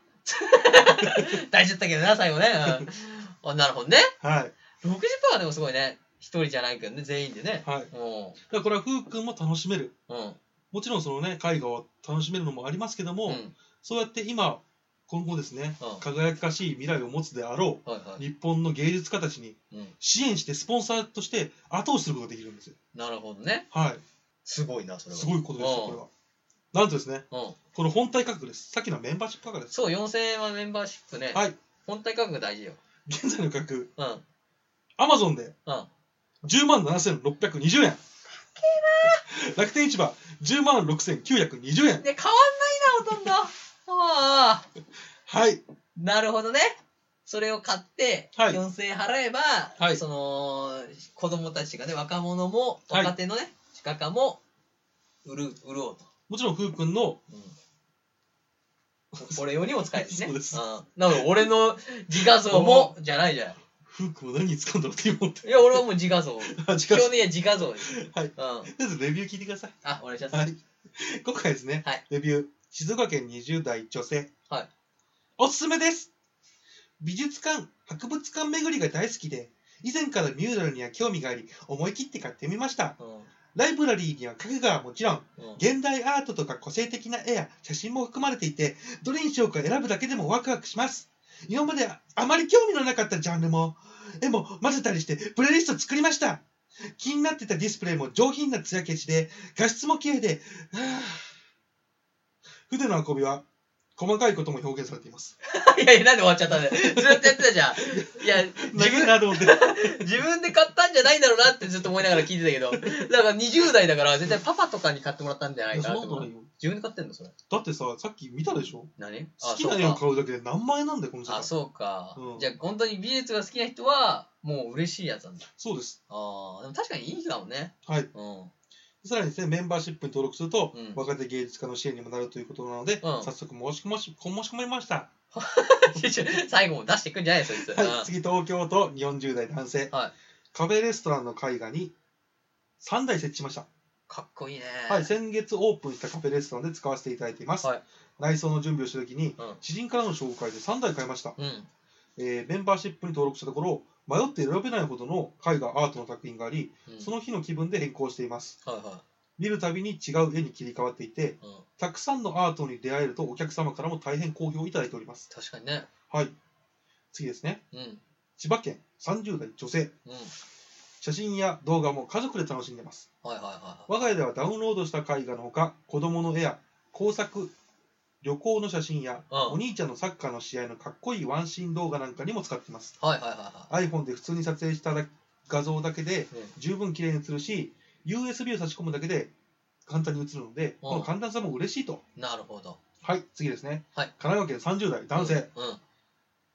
B: 大事だったけどな、最後ね。 うん。あ、なるほどね。
C: ん。はい。
B: 60%はでもすごいね。一人じゃないけどね、全員でね。
C: はい。だか
B: うん。
C: ら、これはふうくんも楽しめる。
B: うん。
C: もちろん、そのね、絵画を楽しめるのもありますけども、
B: うん。
C: そうやって今、今後ですね、
B: うん
C: 輝かしい未来を持つであろ
B: はいは
C: う日本の芸術家たちに
B: い。うん。
C: 支援してスポンサーとして後押しすることができるんですよ。
B: なるほどね。
C: は
B: すごいな、そ
C: い。
B: れは。
C: すごいことですよ、
B: うん
C: これは。なんとですね、
B: うん。
C: この本体価格です。さっきのはメンバーシップ価格です。
B: そう、4000円はメンバーシップね。
C: はい。
B: 本体価格大事よ。
C: 現在の価格、
B: うん。
C: アマゾンで
B: うん。
C: 10万7620円。楽天市場10万6920円。
B: ね、変わ んないな、ほとんど。ああ。
C: はい。
B: なるほどね。それを買って、
C: はい
B: 4000円払えば、
C: はい
B: その、子供たちがね、若者も、
C: はい
B: 若手のね、仕方も、売る、売ろうと。
C: もちろん、ふうくんの
B: 俺用にも使えるしね。
C: そうです
B: ん。なので、俺の自画像も、じゃないじゃない。
C: フークも何に使うんだろうって今思って。
B: いや、俺はもう自画像。
C: あ、違
B: 基
C: う。
B: 本的には自画像です。
C: は
B: う
C: い
B: ん。あ、
C: とりあえずレビュー聞いてください。
B: お願いします。
C: はい。今回ですね、
B: はい
C: レビュー。静岡県20代女性。
B: はい
C: おすすめです美術館、博物館巡りが大好きで、以前からミューラルには興味があり、思い切って買ってみました。
B: う
C: ライブラリーには家具がもちろん、
B: ん。うん。
C: 現代アートとか個性的な絵や写真も含まれていて、どれにしようか選ぶだけでもワクワクします。今まであまり興味のなかったジャンルも、絵も混ぜたりしてプレイリスト作りました。気になってたディスプレイも上品な艶消しで、画質も綺麗で、はぁ筆の運びは細かいことも表現されています。
B: いやいや、なんで終わっちゃったんだよ。ずっとやってたじゃん。いや、自
C: 長い
B: 分
C: なと思って。
B: 自分で買ったんじゃないんだろうなってずっと思いながら聞いてたけど、だから20代だから絶対パパとかに買ってもらったんじゃないかなって
C: いやそんなこ
B: 思
C: と
B: う
C: ないよ
B: 自分で買ってんのそれ。
C: だってさ、さっき見たでしょ
B: 何
C: 好きな絵を買うだけで何万円なんだよ、この世界
B: あ、。そうか。あそう
C: う
B: か
C: ん
B: じゃあ本当に美術が好きな人は、もう嬉しいやつなんだ。
C: そうです。
B: ああ、でも確かにいいかもね。
C: はい。
B: うん。
C: さらにですね、メンバーシップに登録すると、
B: うん
C: 若手芸術家の支援にもなるということなので、早速申し込まし申し込みました。
B: 最後も出していくんじゃないそいつ。
C: はい、次、東京都40代男性、
B: はい
C: カフェレストランの絵画に3台設置しました、
B: かっこいいね。
C: はい。先月オープンしたカフェレストランで使わせていただいています。
B: はい
C: 内装の準備をしたときに、
B: うん
C: 知人からの紹介で3台買いました、
B: うん。
C: えーメンバーシップに登録したところ、迷って選べないほどの絵画、アートの作品があり、
B: うん
C: その日の気分で変更しています。
B: はいは
C: 見るたびに違う絵に切り替わっていて、
B: い。うん。
C: たくさんのアートに出会えるとお客様からも大変好評いただいております。
B: 確かにね。
C: はい。次ですね。
B: うん。
C: 千葉県30代女性。
B: うん。
C: 写真や動画も家族で楽しんでます。
B: はいはいはいは
C: 我が家ではダウンロードした絵画のほか、子供の絵や工作、旅行の写真や、
B: うん
C: お兄ちゃんのサッカーの試合のかっこいいワンシーン動画なんかにも使ってます。
B: い。はいはいはいは
C: iPhone で普通に撮影しただ画像だけで
B: うん
C: 十分綺麗に映るし、USB を差し込むだけで簡単に映るので、この簡単さも嬉しいと。
B: い。なるほど。
C: はい、次ですね。
B: はい
C: 神奈川県30代男性。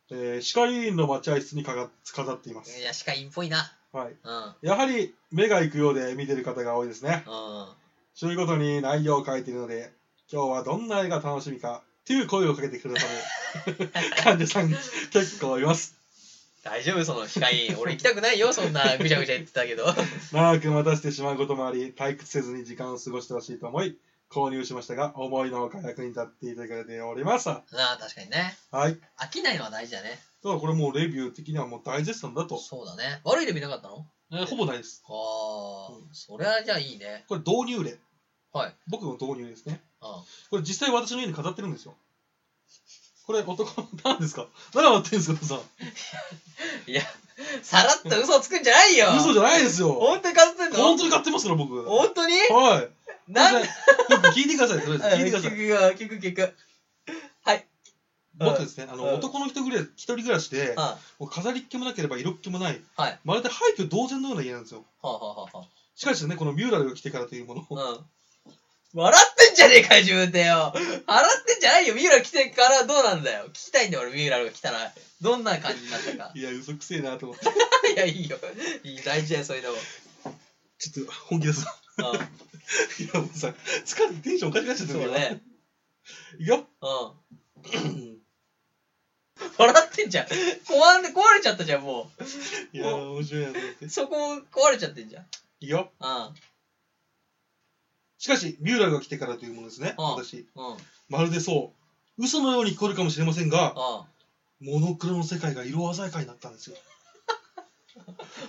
B: うん。うん。
C: えー歯科医院の待合室にかが飾っています
B: い、や、歯科医院っぽいな。
C: はい、
B: うん。うん。
C: やはり目が行くようで見てる方が多いですね週ごとに内容を書いているので今日はどんな絵が楽しみかという声をかけてくださ る患者さん結構います
B: 大丈夫その歯科 医院。俺行きたくないよ、そんなぐちゃぐちゃ言ってたけど。
C: 長く待たせてしまうこともあり退屈せずに時間を過ごしてほしいと思い購入しましたが思いのほか役に立っていただいております
B: なあ、確かにね。
C: はい
B: 飽きないのは大事だね。
C: ただこれもうレビュー的にはもう大絶賛だと、
B: そうだね。悪いレビューなかったの
C: えーほぼないです
B: ああ、
C: う
B: それはじゃあいいね。
C: これ導入例
B: はい。
C: 僕の導入ですね
B: うん。
C: これ実際私の家に飾ってるんですよ。これ男の何ですか何がってんですかさ
B: いや、さらっと嘘つくんじゃないよ
C: ん。嘘じゃないですよ。
B: 本当に買ってんの
C: 本当に買ってますから僕。はい。
B: 本当になんで
C: よく聞いてください。とりあえず聞いてください。
B: 聞く聞く聞く。はい。
C: 僕ですね、あの、
B: うん
C: 男の一人暮らし一人暮らしで、
B: は
C: もう飾りっ気もなければ色っ気もない、
B: はい
C: まるで廃墟同然のような家なんですよ。
B: あ、はあはあは
C: しかしですね、このミューラルが来てからというものを、。
B: あ、うん。笑ってんじゃねえかよ、自分でよ。笑ってんじゃないよ。ミューラル来てからどうなんだよ。聞きたいんだよ、俺、ミューラルが来たら。どんな感じになったか
C: いや、嘘くせえなと思って、
B: いや、いいよ。いい、大事だよ、そういうのも。
C: ちょっと本気です。い
B: うん。
C: や、もうさ、疲れてテンションおかしくなっちゃってる
B: そうね。
C: いくよ。
B: うん。笑ってんじゃん。壊れ、壊れちゃったじゃん、も
C: いや、面白いなと思って
B: う。。そこ壊れちゃってんじゃん。
C: いいよ。
B: う
C: しかし、ミューラルが来てからというものですね、
B: うん
C: 私。
B: ん。うん。うん。
C: まるでそう、嘘のように聞こえるかもしれませんが、モノクロの世界が色鮮やかになったんですよ。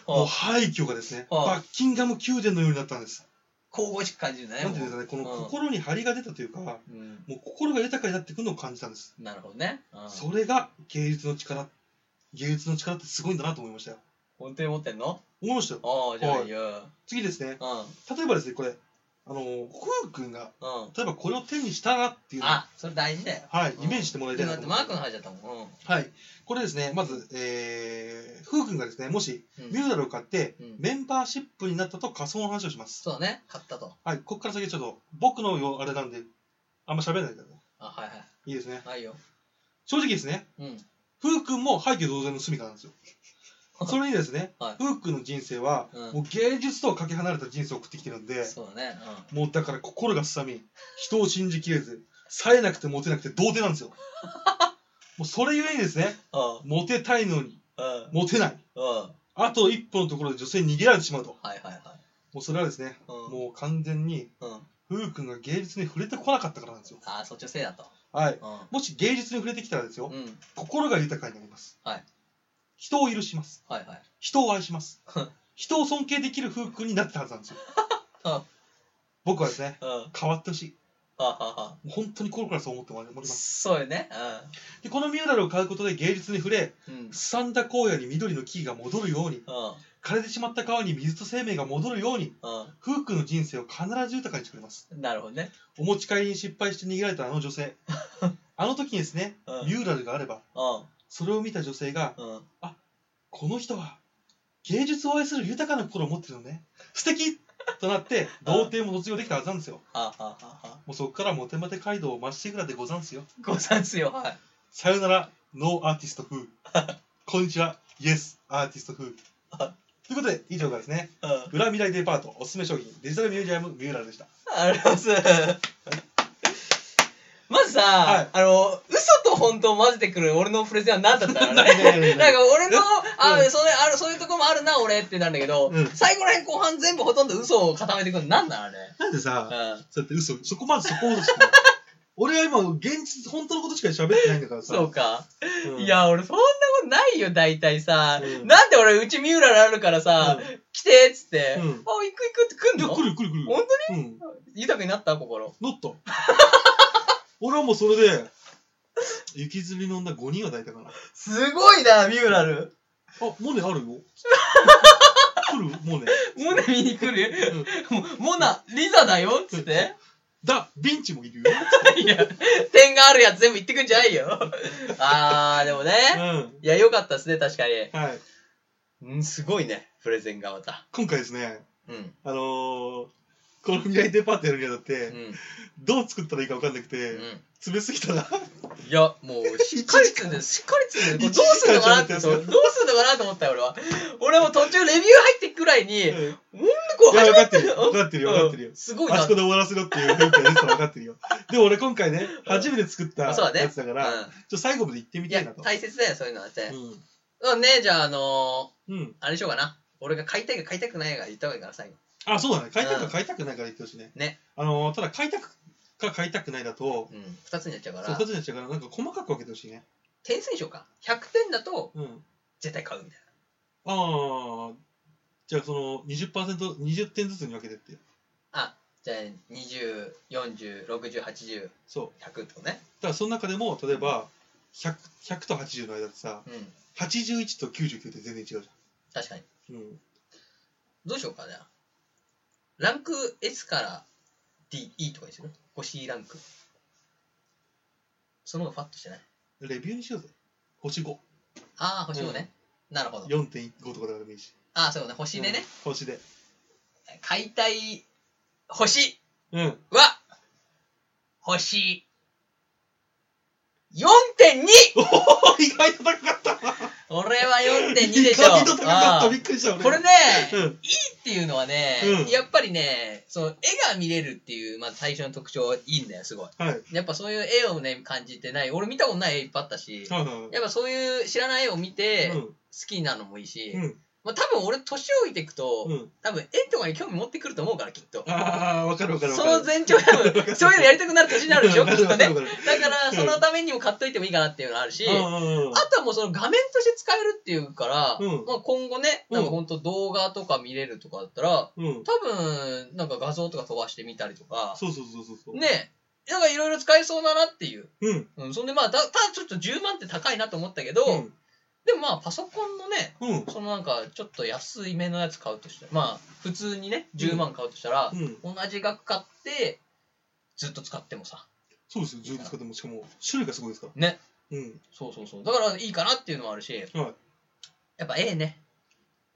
C: もう
B: は
C: 廃墟がですね、
B: うん
C: バッキンガム宮殿のようになったんです。
B: 神々しく感じるんだね。
C: なんていうんです
B: も
C: かね、この
B: うん
C: 心に張りが出たというか、
B: ううん。
C: もう心が豊かになってくるのを感じたんです。
B: なるほどね。うん
C: それが芸術の力、芸術の力ってすごいんだなと思いましたよ。
B: 本当に持ってんの
C: 思いましたよ。
B: ああ、じゃあ、
C: はい
B: いや。うん。
C: 次ですね、
B: うん。
C: 例えばですね、これ、あのー、く君が、例えばこれを手にしたらっていうのを
B: あ、それ大事だよ。
C: はい、
B: うん
C: イメージしてもらいたい
B: だ
C: な
B: っ
C: と
B: て
C: 思
B: マ
C: い
B: ークの
C: ます。
B: 話だったもん。
C: はい、これですね、まず、えー、ふう君がですね、もし
B: うん。う
C: ミュ
B: ん
C: ーラルを買って、
B: うん
C: メンバーシップになったと仮想の話をします。
B: そうだね。買ったと。
C: はい、ここから先ちょっと、僕のようあれなんで、あんま喋らないけど、
B: あ、はいはい
C: いですね。。
B: はいよ。
C: 正直ですね、
B: うん。
C: ふう君も廃墟同然の住みなんです よ。それにですね、
B: はい
C: ふう君の人生は、
B: うん
C: もう芸術とはかけ離れた人生を送ってきてるんで、
B: そうだね。
C: もうだから心がすさみ、人を信じきれず、冴えなくてモテなくて童貞なんで すよ。もうそれゆえにですね、
B: うん。
C: モテたいのに、
B: うん。うん。
C: モテない。
B: うん。
C: あと一歩のところで女性に逃げられてしまうと。
B: はいはいはい。
C: もうそれはですね、
B: うん。
C: もう完全に、
B: うん。
C: ふう君が芸術に触れてこなかったからなんですよ。
B: ああ、そっちのせいだと。
C: はい。
B: う
C: もし芸術に触れてきたらですよ、
B: ん。うん。
C: 心が豊かになります。
B: はい
C: 人を許します。
B: はいはい。
C: 人を愛し ます。人を尊敬できる風君になってたはずなんですよ
B: うん。
C: 僕はですね、
B: うん。は
C: 変わってほしい。
B: あはあはあ。
C: もう本当に心からそう思ってもらいます。
B: そうよね。
C: で、このミューラルを買うことで芸術に触れ、
B: うん。うん。うん。
C: すさんだ荒野に緑の木が戻るように、枯れてしまった川に水と生命が戻るように、
B: う
C: 風君の人生を必ず豊かにしてくれます。
B: ん。なるほどね。
C: お持ち帰りに失敗して逃げられたあの女 性。あの時にですね、
B: うん。うん
C: ミ。ューラルがあれば、それを見た女性が、
B: うん。
C: この人は芸術を愛する豊かな心を持ってるのね素敵となって童貞も卒業できたはずなんですよ
B: はあはあはあはあ。
C: もうそこからモテモテ街道をまっしぐらでござんすよ
B: ござんすよ。はい。
C: さよならノーアーティスト風 こんにちはイエスアーティスト 風
B: あ
C: ということで以上がですね
B: うん。
C: 裏未来デパートおすすめ商品デジタルミュージアムミューラルでした
B: ありがとうございます。まずさ、
C: はい
B: あの、嘘と本当を混ぜてくる俺のプレゼンは何だったのね。
C: ね
B: なんか俺の、あ、
C: うん
B: それあるそういうとこもあるな、俺ってなるんだけど、
C: うん
B: 最後らへん後半全部ほとんど嘘を固めてくるなんなの
C: なんで
B: あ
C: さ
B: れ。うん。
C: そうやって嘘そこまでそこを 俺は今現実本当のことしか喋ってないんだからさ
B: そうか。
C: うん
B: いや、俺そんなことないよ、大体さ。
C: うん
B: なんで俺、うち三浦あるからさ、
C: うん
B: 来てっつって、
C: うん
B: あ、行く行くって来ん
C: いや
B: の
C: 来る来る来る
B: 本
C: 当にうん
B: 当に豊かになった心。
C: なった俺はもうそれで雪吊りの女5人は抱いたかな
B: すごいな、三浦ある。
C: あモネあるよ 来るモネ
B: モネ見に来る、もモナ、リザだよっつって。
C: だビンチもいるよ、
B: いや、点があるやつ全部言ってくんじゃないよ。あー、でもね。
C: うんはい
B: や、良かったですね、確かに。うん、すごいね、プレゼンがまた。
C: 今回ですね
B: うん。
C: あのー、この未来デパートやるにあたっ
B: う
C: て、
B: ん。
C: どう作ったらいいか分かんなく
B: う
C: て、
B: ん。
C: 詰めすぎたな
B: いや、もう、しっかりつんでる、しっかりつんでる。
C: 一
B: どうすんのかなって、
C: 時間
B: そう
C: 喋
B: ど
C: っ
B: うすんのかなと思ったよ、俺は。俺も途中レビュー入ってくらいに、
C: うんい
B: こう
C: や
B: 始ま
C: 分か
B: っ
C: って
B: て
C: る
B: る
C: よ
B: よ。
C: 分かってるよ分かってるよ
B: うんすごい
C: あ
B: な。
C: そこで終わらせろっていう雰囲気が出てたの分かってるよ。 でも俺今回ね、初めて作ったや
B: そうだね
C: つだから、ちょっと最後まで行って
B: う
C: み
B: ん。い
C: たい
B: や
C: な、と。
B: 大切だよ、そういうのはって。
C: うん。
B: うん、ねじゃあ、あの
C: うん。
B: ー、あれにしようかな。俺が買いたいか買いたくないか言った方がいいから、最後。
C: あ、そうだね。買いたく
B: う
C: か
B: ん
C: 買いたくないから言ってほしいね。
B: ね。
C: あのー、ただ買いたくか買いたくないだと、
B: うん、二つになっちゃうか
C: そう、
B: ら
C: 二、つになっちゃうから、なんか細かく分けてほしいね。
B: 点数にしようか。100点だと、
C: うん。
B: 絶対買うみたい
C: ああ、じゃあその20%、20点ずつに分けてって。
B: な。あ、じゃあ、20、40、60、80、
C: そう。
B: 100ってことね。
C: ただその中でも、例えば、100, 100と80の間ってさ、
B: うん、
C: 81と99って全然違うじ
B: 確かに。
C: ゃん。うん。
B: どうしようかね。ランク S から D、E とかにする星ランク。その方がファッとしてない。
C: レビューにしようぜ。星5。
B: ああ、星をね。なるほど。
C: 4.5とかでもいいし。
B: ああ、そうね。星でね。
C: うん。星で。
B: 解体、星
C: うん。
B: は、星、4.2!
C: お意外と高かった
B: 俺は4.2
C: 意
B: でしょ。
C: 外と高かっ
B: あ
C: た。
B: あ
C: びっくりした、俺。
B: これね、
C: うん
B: いいっていうのはね、
C: うん
B: やっぱりね、その絵が見れるっていう、まず最初の特徴いいんだよ、すごい。
C: はい。はい
B: やっぱそういう絵をね、感じてない。俺見たことない絵いっぱいあったし、
C: はいはい。
B: やっぱそういう知らない絵を見て、
C: う
B: 好
C: ん
B: きなのもいいし、
C: うん
B: まあ、多分俺年老いていくと、
C: うん。
B: 多分絵とかに興味持ってくると思うからきっと
C: ああ、わかるわかるわか
B: そ
C: る。
B: の前兆多 分そういうのやりたくなる年になるでしょ
C: わ
B: き
C: か
B: っ
C: る
B: と
C: わ
B: ね
C: かるわか
B: だ
C: る
B: からそのためにも買っといてもいいかなっていうのあるし、あとはもうその画面として使えるっていうから、
C: うん
B: まあ、今後ねなんか本当動画とか見れるとかだったら
C: うんうんうん。うん。
B: 多分なんか画像とか飛ばしてみたりとか
C: そうそうそうそうそう。
B: ねなんかいろいろ使えそうだなっていう、
C: うん。
B: うん、そんでまあたただちょっと10万って高いなと思ったけど、
C: うん。
B: でもまあパソコンのね
C: うん。
B: そのなんかちょっと安いめのやつ買うとしたらまあ普通にね10万買うとしたら、
C: うん。
B: 同じ額買ってずっと使ってもさ
C: そうですよ、十分使っても、しかも、種類がすごいですから。
B: ね。
C: うん。
B: そうそうそうだからいいかなっていうのもあるし、
C: はい
B: やっぱええね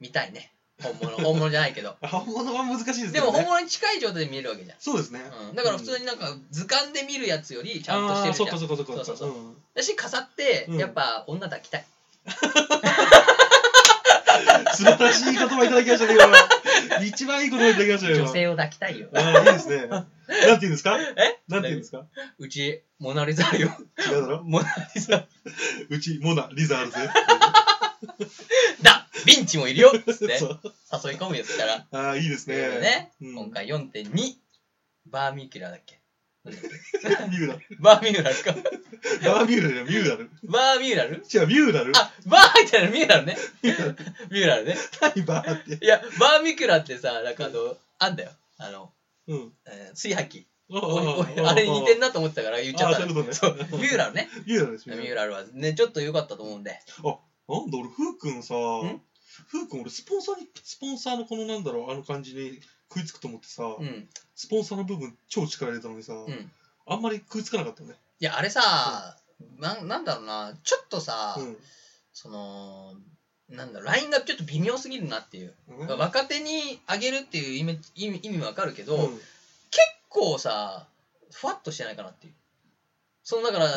B: 見たいね本物 本物じゃないけど
C: あ、本物は難しいですね。
B: でも本物に近い状態で見えるわけじゃん
C: そうですね。
B: うん、だから普通になんか図鑑で見るやつよりちゃんとして
C: あ
B: る
C: ー
B: じ
C: そっ
B: ゃ
C: か
B: ん
C: そっかそっか。
B: そうそうそう
C: うん
B: だし飾って
C: うん
B: やっぱ女抱きたい、
C: 素晴らしい言葉いただきましたね、 今。一番いい言葉いただきましたよ。今
B: 女。性を抱きたいよ
C: ああ、いいです ね。なんて言うんですか
B: え
C: なんて言うんですか
B: うちモナリザあるよ
C: 違うだろ
B: モナリザ
C: うち、モナ、リザあるぜ。
B: だヴィンチもいるよっつって
C: そう
B: 誘い込むやつから
C: ああ、いいです
B: ということで
C: ね。
B: ね
C: うん
B: 今回4.2バーミキュラだっけなんだっけ
C: ミュー
B: バーミューラルか
C: ラ。バーミューラルや、ミューラル。
B: バーミューラル
C: 違う、ミューラル。
B: あバー入ってるミューラル ねミューラルね
C: 何バーって。
B: いやバーミキュラってさなんかあのあんだよあの、
C: うん。
B: えー炊飯器
C: ああ
B: おいおいあれ似てんなと思ってたから言っちゃった
C: あーそういうことね
B: そうミューラルね
C: ミューラルです、ミ
B: ミ
C: ューラ
B: ュ
C: ル
B: ーラルはねちょっと良かったと思うんで
C: なんだ俺、ふうくんさ
B: ん、
C: ふうくん俺、スポンサーに、スポンサーのこのなんだろう、あの感じに食いつくと思ってさ、
B: うん
C: スポンサーの部分超力入れたのにさ、
B: うんい
C: あんまり食いつかなかったね。
B: やあれさ、なんなんだろうなちょっとさ、
C: う
B: そのなんだろうラインがちょっと微妙すぎるなっていう、
C: ん。
B: 若手にあげるっていう意味意味意味わかるけど、
C: うん
B: 結構さふわっとしてないかなっていうそのだから、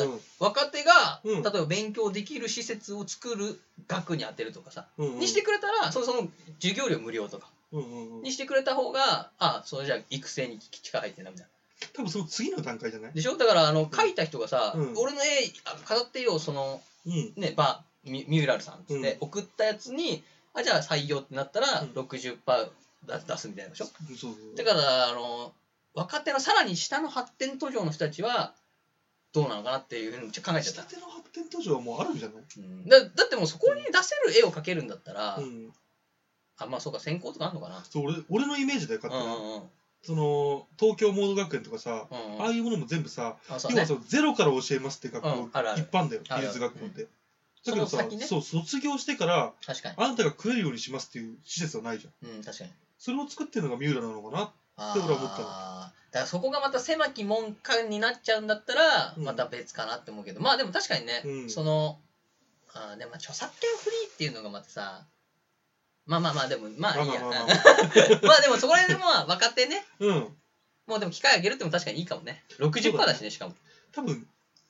B: 若手が、
C: うん
B: 例えば勉強できる施設を作る額に当てるとかさ、
C: うん。うん
B: にして、くれたらそのその授業料無料とか
C: うんうんうん
B: にしてくれた方があそれじゃあ育成に力入ってんだみたいな
C: 多分その次の段階じゃない
B: でしょだからあの書いた人がさ、
C: うん
B: 俺の絵あ飾ってよその
C: うん。
B: ねバーミミューラルさんっつって、送ったやつにあじゃあ採用ってなったら
C: うん
B: 60%出出すみたいなでしょ、
C: そうそうそう。
B: だからあの若手のさらに下の発展途上の人たちはどうなのかなっていうふうにちょっと考えち
C: 下
B: ゃった、
C: 手の発展途上はもうあるんじゃない
B: うんだだってもうそこに出せる絵を描けるんだったら、
C: うん。
B: あまあそうか選考とかあるのかな
C: そう俺俺のイメージだよ、
B: う
C: 勝
B: ん
C: 手
B: う
C: に。
B: んうん
C: その、東京モード学園とかさ、
B: うんう
C: ああ
B: ん
C: いうものも全部さ、
B: あそう
C: 要は
B: ね
C: そのゼロから教えますっていう学
B: うん
C: 校、
B: あるある
C: 一般だよ、
B: あるある
C: 美術学校って。だ
B: そ
C: け
B: の
C: どさ
B: 先ね、
C: そう、卒業してから、
B: 確かに
C: あんたが食えるようにしますっていう施設はないじゃん。
B: うん確かに
C: それを作ってるのがミューラなのかな
B: あ
C: て俺は思ったの
B: あーだからそこがまた狭き門下になっちゃうんだったら
C: うん
B: また別かなって思うけど、まあでも確かにね、
C: うん
B: そのあーでもまあ著作権フリーっていうのがまたさまあまあまあでもまあいいや
C: まあまあまあ
B: まあでもそこら辺で まあ若手ね
C: うん。
B: もうでも機械あげるっても確かにいいかもね60%だしねしかも、
C: 多分、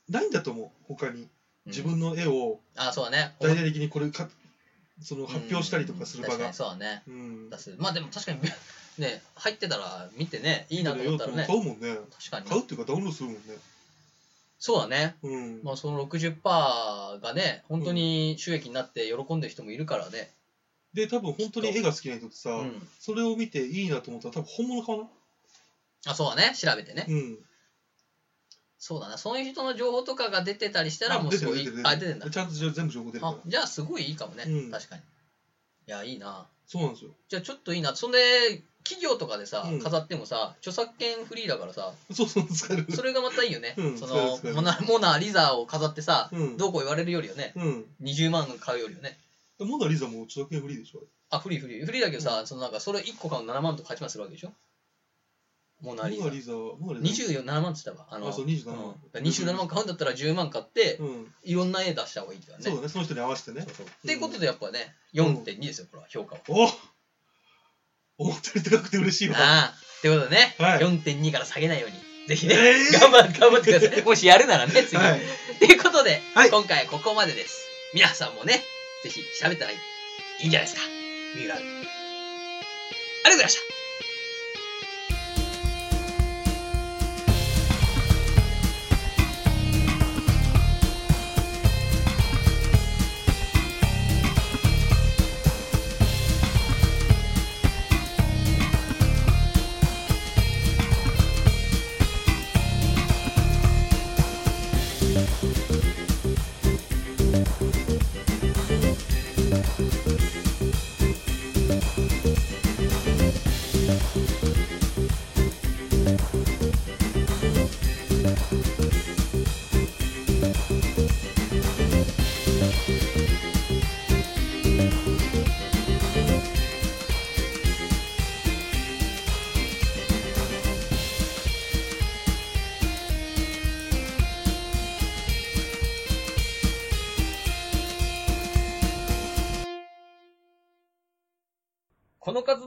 C: ないんだと思う、他に。
B: うん
C: 自分の絵を
B: ああそうだね
C: 大々的にこれか、その発表したりとかする場
B: うん確か
C: が
B: に。そうだね
C: うん。
B: 出すまあでも確かに ね入ってたら見てねいいなと思ったらね
C: 買うもんね。
B: 確か
C: 買
B: に
C: うっていうかダウンロードするもんね。
B: そうだね
C: うん。
B: まあ、その60%がね、本当に収益になって喜んでる人もいるからね。
C: で、多分本当に絵が好きな人ってさ、
B: うん。
C: それを見ていいなと思ったら多分本物買わない
B: あ、そうだね。調べてね。
C: うん。
B: そうだな。そういう人の情報とかが出てたりしたら、もう
C: 出
B: す
C: てる
B: ごい
C: 出てる。、
B: あ、出てんだ。
C: ちゃんと全部情報出るか
B: あ
C: ら。、
B: じゃあすごいいいかもね。
C: うん
B: 確かに。いや、いいな。
C: そうなんですよ。
B: じゃあちょっといいな。そんで、企業とかでさ
C: うん、
B: 飾ってもさ、著作権フリーだからさ、
C: そうそう、使える。
B: それがまたいいよね。
C: うん
B: そ
C: そうで
B: の
C: すそうです
B: モナ、モナ、リザを飾ってさ、
C: うん。
B: どうこう言われるよりよね、
C: うん。
B: 20万買うよりよね。
C: モナリザも著作権フリーでしょ
B: あ、フリーフリー。フリーだけどさ、そのなんか、それ1個買うの7万とか勝ちまするわけでしょモナ、
C: あれ
B: リ
C: モ
B: ザ
C: ナ。リザ、モナリザ。
B: 27万って言ったわ。あの
C: あ、そう、27
B: うん
C: 万。
B: だから27万買うんだったら10万買って、
C: うん。
B: いろんな絵出した方がいいからね。
C: そうだね、その人に合わせてね
B: そう。そうっていうことでやっぱね、4.2ですよ、これは評価は。
C: お思ったより高くて嬉しいわ。
B: ああ、ってことでね、
C: はい
B: 4.2から下げないように、ぜひね、
C: えー
B: 頑張頑張ってくだ さい。もしやるならね、次。
C: はい。
B: っていうことで、
C: はい
B: 今回はここまでです。皆さんもね、ぜひ調べたらいいんじゃないですか。三浦。ありがとうございました。この活